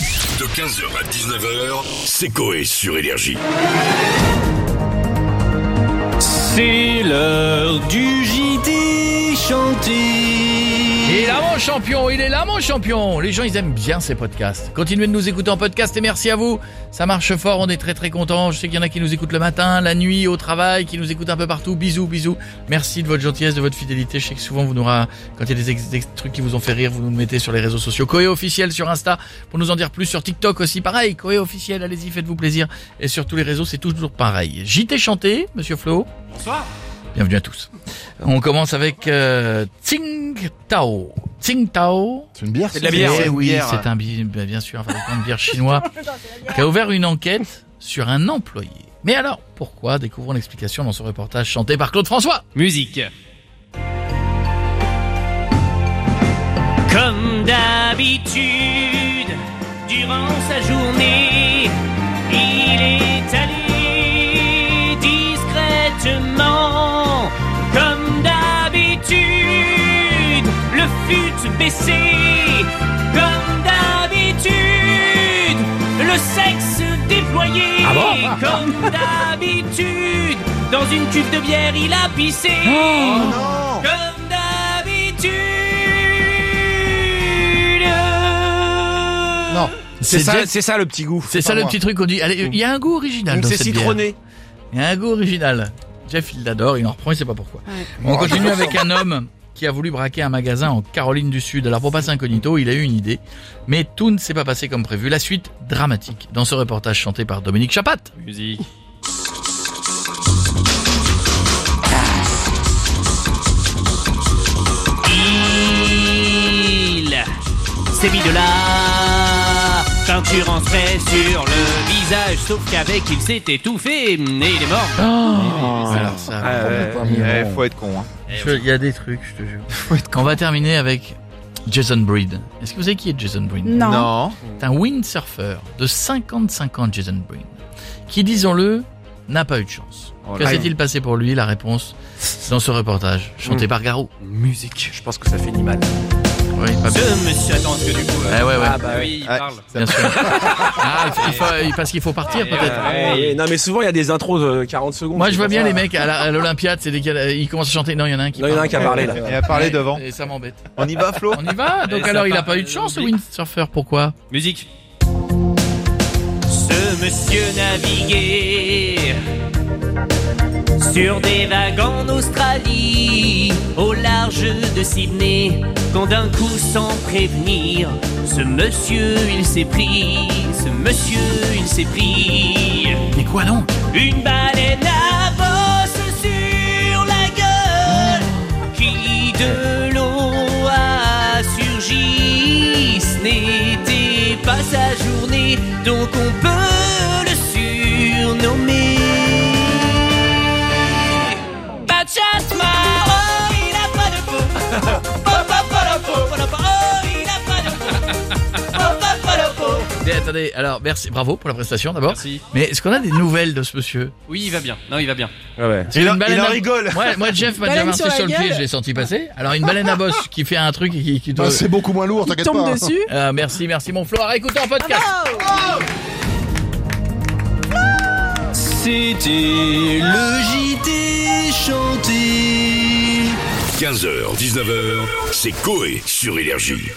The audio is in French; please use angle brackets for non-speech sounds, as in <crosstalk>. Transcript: De 15h à 19h, c'est Coé sur Énergie. C'est l'heure du JT chanté. Il est là mon champion, il est là mon champion Les gens ils aiment bien ces podcasts. Continuez de nous écouter en podcast et merci à vous. Ça marche fort, on est très très contents. Je sais qu'il y en a qui nous écoutent le matin, la nuit, au travail, qui nous écoutent un peu partout. Bisous, bisous. Merci de votre gentillesse, de votre fidélité. Je sais que souvent vous nous ra- quand il y a des, ex- des trucs qui vous ont fait rire, vous nous le mettez sur les réseaux sociaux. Koé officiel sur Insta pour nous en dire plus sur TikTok aussi. Pareil, Koé officiel, allez-y, faites-vous plaisir. Et sur tous les réseaux, c'est toujours pareil. JT chanté, monsieur Flo. Bienvenue à tous. On commence avec euh, Tsing Tao. Tsing Tao. C'est une bière C'est de la bière, Eh ouais, oui, bière. c'est un bi- bah, bien sûr un fabricant de bière chinois qui a ouvert une enquête sur un employé. Mais alors, pourquoi Découvrons l'explication dans son reportage chanté par Claude François. Musique. Comme d'habitude, durant sa journée, il est allé discrètement. Comme d'habitude, le fut baissé. Comme d'habitude, le sexe déployé. Comme d'habitude, dans une cuve de bière, il a pissé. Comme d'habitude. Non, C'est ça, Jet- c'est ça le petit goût. c'est ça pas le moi. petit truc qu'on dit. Allez, il y a un goût original Donc dans c'est cette bière. citronné. Il y a un goût original. Jeff, il l'adore, il en reprend, il sait pas pourquoi. On continue avec un homme qui a voulu braquer un magasin en Caroline du Sud. Alors pour passer incognito, il a eu une idée, mais tout ne s'est pas passé comme prévu. La suite dramatique dans ce reportage chanté par Dominique Chapat. Musique. Il s'est mis de la peinture en spray sur le visage, sauf qu'avec il s'est étouffé et il est mort. Ah. Ah, Alors ça, ouais, Euh, Eh, faut être con. hein. il y a des trucs, je te jure. On va terminer avec Jason Breed. Est-ce que vous savez qui est Jason Breed Non. Non. C'est un windsurfer de 55 ans, Jason Breen, qui, disons-le, n'a pas eu de chance. Oh que là. s'est-il passé pour lui La réponse dans ce reportage, chanté par Garou. Musique. Je pense que ça finit mal. Oui, pas bien. Ce monsieur, attends, parce que du coup, euh, Eh ouais, ouais, bah oui, il parle. bien sûr. Ah, il faut- il faut- parce qu'il faut partir peut-être. Ouais, non mais souvent il y a des intros de 40 secondes. Moi, je vois bien les mecs à la- à l'Olympiade, c'est dès qu'il y a- ils commencent à chanter. Non, il y en a un qui Non, il y en a un parle. qui a parlé là. Il a parlé devant. Et ça m'embête. On y va, Flo <laughs> On y va Donc ça alors, il n'a part- pas eu de chance, le oublie. windsurfer. Pourquoi Musique. Ce monsieur naviguait sur des vagues en Australie, au large de Sydney, quand d'un coup sans prévenir, ce monsieur il s'est pris, ce monsieur il s'est pris. Mais quoi donc Une baleine à bosse sur la gueule qui de l'eau a surgi. Ce n'était pas sa journée, donc on peut le surnommer. Bachasma, oh il a pas de peau. <laughs> Oh, pas, pas de peau, pas de peau. Oh, il a pas de peau. Oh, pas, pas de peau. Mais attendez, alors merci, bravo pour la prestation d'abord. Merci. Mais est-ce qu'on a des nouvelles de ce monsieur Oui, il va bien. Non, il va bien. C'est Il en- une baleine il en à- rigole. Ouais, moi, Jeff m'a déjà Baleine marché sur sur, la le pied, gueule. je l'ai senti passer. Alors, une baleine à bosse qui fait un truc et qui, qui doit. Ah, C'est beaucoup moins lourd, t'inquiète Tombe pas. dessus. Ah, merci, merci, mon Flora. Écoutez en podcast. Ah, C'était le JT chanté. 15h, 19h, c'est Coé sur Énergie.